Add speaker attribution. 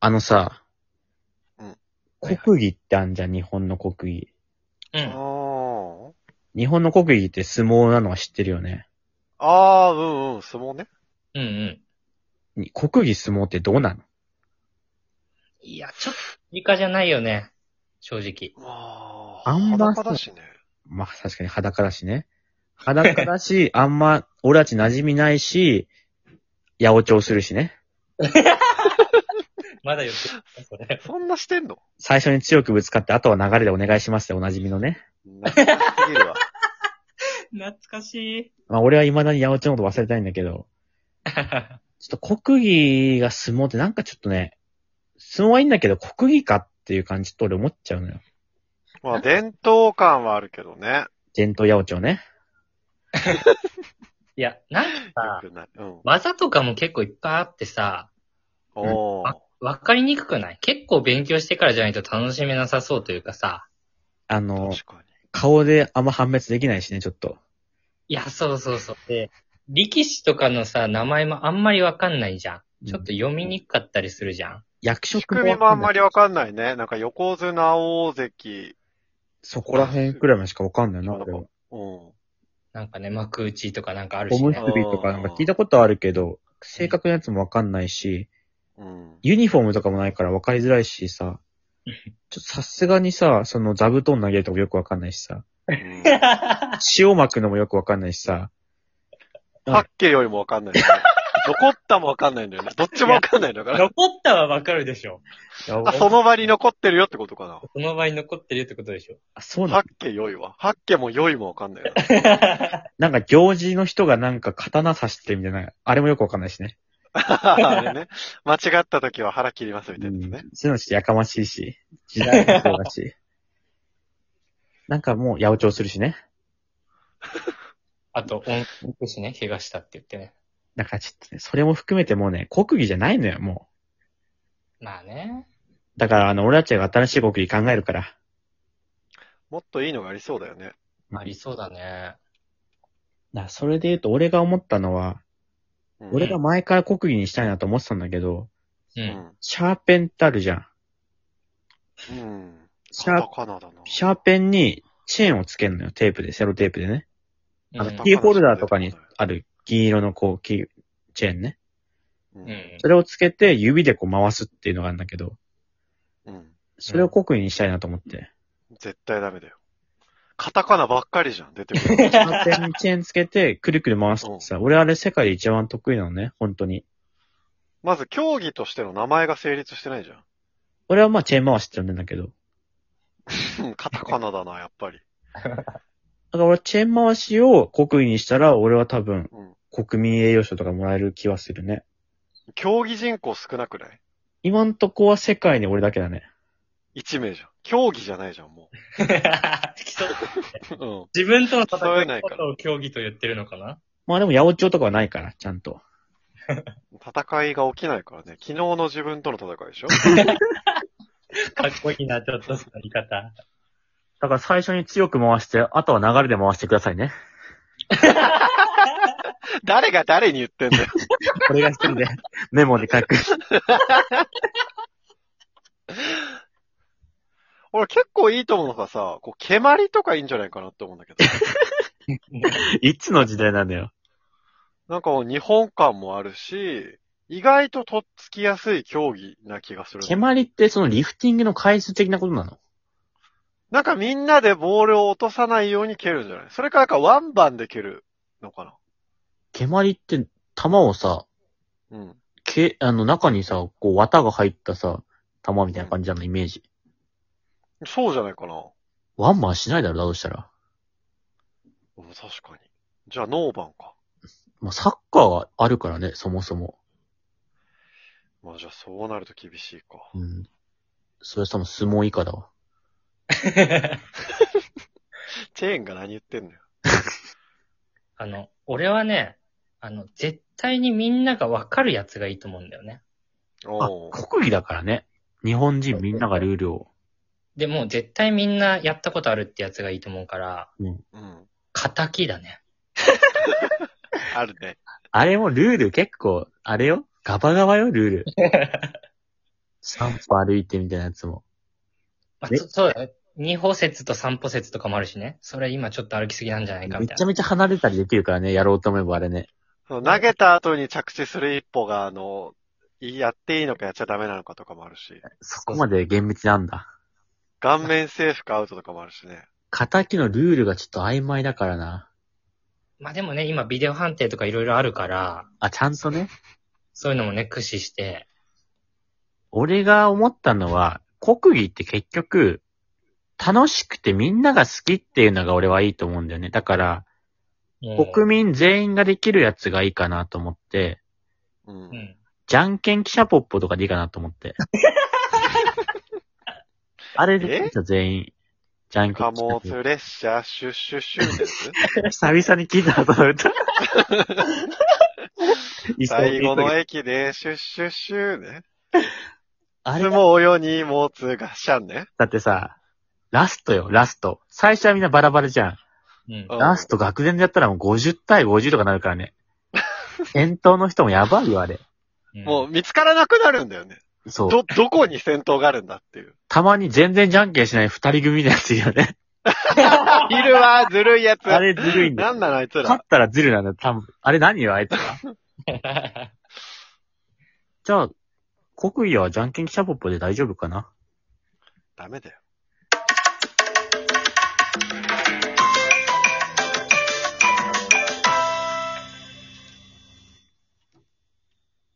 Speaker 1: あのさ、
Speaker 2: うん
Speaker 1: 国技ってあんじゃん、日本の国技。
Speaker 3: う
Speaker 2: あ
Speaker 3: ん。
Speaker 2: ー
Speaker 1: 日本の国技って相撲なのは知ってるよね。
Speaker 2: あー、うんうん、相撲ね。
Speaker 3: うんうん。
Speaker 1: に国技相撲ってどうなの
Speaker 3: いや、ちょっと、理科じゃないよね。正直。
Speaker 2: あ
Speaker 1: あん
Speaker 2: あ、
Speaker 1: ま
Speaker 2: 裸だしね。
Speaker 1: まあ確かに裸だしね。裸だ し、あんま、俺たち馴染みないし、八百長するしね。
Speaker 3: まだよく、それ。
Speaker 2: そんなしてんの
Speaker 1: 最初に強くぶつかって、あとは流れでお願いしますでおなじみのね。
Speaker 2: なすぎるわ。
Speaker 3: 懐かしい。
Speaker 1: まあ俺は未だに八百長のこと忘れたいんだけど、ちょっと国技が相撲ってなんかちょっとね、相撲はいいんだけど国技かっていう感じちょっと俺思っちゃうのよ。
Speaker 2: まあ、伝統感はあるけどね。
Speaker 1: 伝統八百長ね。
Speaker 3: いや、なん
Speaker 2: よ
Speaker 3: かさ、
Speaker 2: くない。うん。
Speaker 3: 技とかも結構いっぱいあってさ、
Speaker 2: おー
Speaker 3: あわかりにくくない結構勉強してからじゃないと楽しめなさそうというかさ。
Speaker 1: あの、
Speaker 2: 確か
Speaker 1: 顔であんま判別できないしね、ちょっと。
Speaker 3: いや、そうそうそう。で、力士とかのさ、名前もあんまりわかんないじゃん。ちょっと読みにくかったりするじゃん。
Speaker 1: 役
Speaker 2: に。仕
Speaker 1: 職
Speaker 2: 組みもあんまりわ
Speaker 1: んない
Speaker 2: かんないね。なんか横綱、大関、
Speaker 1: そこら辺くらいまでしかわかんないな、
Speaker 2: そう
Speaker 1: 俺は。
Speaker 2: うん。
Speaker 3: なんかね、幕内とかなんかある
Speaker 1: お
Speaker 3: し
Speaker 1: む
Speaker 3: ね
Speaker 1: す。びとかなんか聞いたことあるけど、正確なやつもわかんないし、
Speaker 2: うん。
Speaker 1: ユニフォームとかもないからわかりづらいしさ、ちょっとさすがにさ、その座布団投げるとこよくわかんないしさ、
Speaker 2: うん
Speaker 1: 塩巻くのもよくわかんないしさ、
Speaker 2: パッケよりもわかんない、ね。 残ったもわかんないんだよね。どっちもわかんないんだから。
Speaker 3: 残ったはわかるでしょ。
Speaker 2: あ、その場に残ってるよってことかな。
Speaker 3: その場に残ってるってことで しょ。
Speaker 1: あそうな
Speaker 2: ハッ
Speaker 1: の
Speaker 2: ケ良いわ。ハッケも良いもわかんないな。
Speaker 1: なんか行事の人がなんか刀刺してみたいな、あれもよくわかんないしね。
Speaker 2: あれね。間違った時は腹切りますみたいなやつね。
Speaker 1: そういうのちょっとやかましいし、時代もそうだ し。なんかもう、八百長するしね。
Speaker 3: あと、音楽しね、怪我したって言ってね。
Speaker 1: なんかちょっとね、それも含めてもうね、国技じゃないのよ、も
Speaker 3: まあね。
Speaker 1: う。だから、あの、俺たちが新しい国技考えるから。
Speaker 2: もっといいのがありそうだよね。
Speaker 3: ありそうだね。
Speaker 1: だからそれで言うと、俺が思ったのは、
Speaker 2: うん
Speaker 1: 俺が前から国技にしたいなと思ってたんだけど、
Speaker 3: う。
Speaker 2: うんん。
Speaker 1: シャーペンってあるじゃん。
Speaker 2: うん。
Speaker 1: シャー
Speaker 2: カタカナだな。
Speaker 1: シャーペンにチェーンをつけるのよ、テープで、セロテープでね。あ
Speaker 3: う
Speaker 1: の、
Speaker 3: ん
Speaker 1: キーホルダーとかにある銀色のこう、キー、チェーンね。
Speaker 2: う。
Speaker 3: うんん
Speaker 1: それをつけて、指でこう回すっていうのがあるんだけど、
Speaker 2: うん。
Speaker 1: それを国技にしたいなと思って。
Speaker 2: 絶対ダメだよ。カタカナばっかりじゃん、出てく る。
Speaker 1: シャーペンにチェーンつけて、くるくる回すってさ、俺あれ世界で一番得意なのね、本当に。
Speaker 2: まず、競技としての名前が成立してないじゃ
Speaker 1: 俺はまあチェーン回しって呼んでんだけど。だ
Speaker 2: ん。うんカタカナだな、やっぱり。
Speaker 1: から俺チェーン回しを国威にしたら、俺は多分
Speaker 2: うん。
Speaker 1: 国民栄誉賞とかもらえる気はするね。
Speaker 2: 競技人口少なくない
Speaker 1: 今んとこは世界に俺だけだね。
Speaker 2: 一名じゃん。競技じゃないじゃん、も
Speaker 3: 競う
Speaker 2: う。うん。
Speaker 3: 自分との
Speaker 2: 競え
Speaker 3: 戦
Speaker 2: ないいから
Speaker 3: ことを競技と言ってるの かな
Speaker 1: まあでも八百長とかはないから、ちゃんと。
Speaker 2: 戦いが起きないからね。昨日の自分との戦いでしょ
Speaker 3: かっこいいな、ちょっとその言 い方。
Speaker 1: だから最初に強く回して、あとは流れで回してくださいね。
Speaker 2: 誰が誰に言ってんだよ。
Speaker 1: これが一人で メモで書く。
Speaker 2: 俺結構いいと思うのがさ、こう、蹴鞠とかいいんじゃないかなって思うん だけど。
Speaker 1: いつの時代なんだよ。
Speaker 2: なんかこう日本感もあるし、意外ととっつきやすい競技な気がする。
Speaker 1: 蹴鞠ってそのリフティングの回数的なことなの
Speaker 2: なんかみんなでボールを落とさないように蹴るんじゃないそれかなんかワンバンで蹴るのか
Speaker 1: 蹴鞠って球をさ、
Speaker 2: なうん。
Speaker 1: け、あの中にさ、こう綿が入ったさ、玉みたいな感じなの、イメージ。
Speaker 2: そうじゃないかな
Speaker 1: ワンマンしないだろ、だとしたら。
Speaker 2: うん確かに。じゃあノーバンか。
Speaker 1: まあ、サッカーがあるからね、そもそも。
Speaker 2: まあじゃあそうなると厳しいか。
Speaker 1: うん。それは多分相撲以下だわ。
Speaker 2: チェーンが何言ってんのよ。
Speaker 3: あの、俺はね、あの、絶対にみんながわかるやつがいいと思うんだよね。
Speaker 1: あ
Speaker 2: お、ー
Speaker 1: 国技だからね。日本人みんながルールを。
Speaker 3: でも、絶対みんなやったことあるってやつがいいと思うから、
Speaker 2: うん。
Speaker 3: 仇だね。
Speaker 2: あるね。
Speaker 1: あれもルール結構、あれよガバガバよ、ルール。散歩歩いてみたいなやつも。
Speaker 3: まあ、
Speaker 1: ね
Speaker 3: そそうだね。二歩説と三歩説とかもあるしね。それ今ちょっと歩きすぎなんじゃないか
Speaker 1: め
Speaker 3: みたい
Speaker 1: ちゃ
Speaker 3: な。
Speaker 1: めちゃ離れたりできるからね、やろうと思えばあれね。
Speaker 2: その投げた後に着地する一歩が、あの、いやっていいのかやっちゃダメなのかとかもあるし、
Speaker 1: そこまで厳密なんだ。
Speaker 2: 顔面セーフかアウトとかもあるしね。
Speaker 1: 仇のルールがちょっと曖昧だからな。
Speaker 3: まあでもね、今ビデオ判定とかいろいろあるから、
Speaker 1: あ、ちゃんとね。
Speaker 3: そういうのもね、駆使して。
Speaker 1: 俺が思ったのは、国技って結局、楽しくてみんなが好きっていうのが俺はいいと思うんだよね。だから、国
Speaker 3: 民。
Speaker 1: 民全員ができるやつがいいかなと思って、
Speaker 2: う。
Speaker 3: うんん。
Speaker 1: じゃんけん記者ポッポとかでいいかなと思 って。あれで全員。じゃんけ
Speaker 2: 貨
Speaker 1: ん記者ポ
Speaker 2: 物
Speaker 1: ッ
Speaker 2: 列車、シュッシュッシュ ーです。
Speaker 1: ポ。久々に聞いた後の 歌。
Speaker 2: 最後の
Speaker 1: 絵。
Speaker 2: 駅で、シュッシュッシューね。
Speaker 1: あれ
Speaker 2: 相
Speaker 1: が
Speaker 2: 撲よにもつがしゃんね。
Speaker 1: だってさ、ラストよ、ラスト。最初はみんなバラバラじゃん。
Speaker 3: うん
Speaker 2: う。ん
Speaker 1: ラスト学年でやったらもう50対50とかなるから ね。先頭の人もやばいよ、あれ。
Speaker 3: うん
Speaker 2: もう見つからなくなるんだよね。
Speaker 1: そう。
Speaker 2: ど、どこに戦闘があるんだっていう。
Speaker 1: たまに全然じゃんけんしない二人組のやついるよ ね。
Speaker 2: いるわ、ずるいやつ。
Speaker 1: あれずるいんだよ。
Speaker 2: なんなのあいつ
Speaker 1: 勝
Speaker 2: ら。
Speaker 1: ったらずるなんだ、多分。あれ何よ、あいつは。じゃあ、国威はじゃんけん記者ポッポで大丈夫かな
Speaker 2: ダメだよ。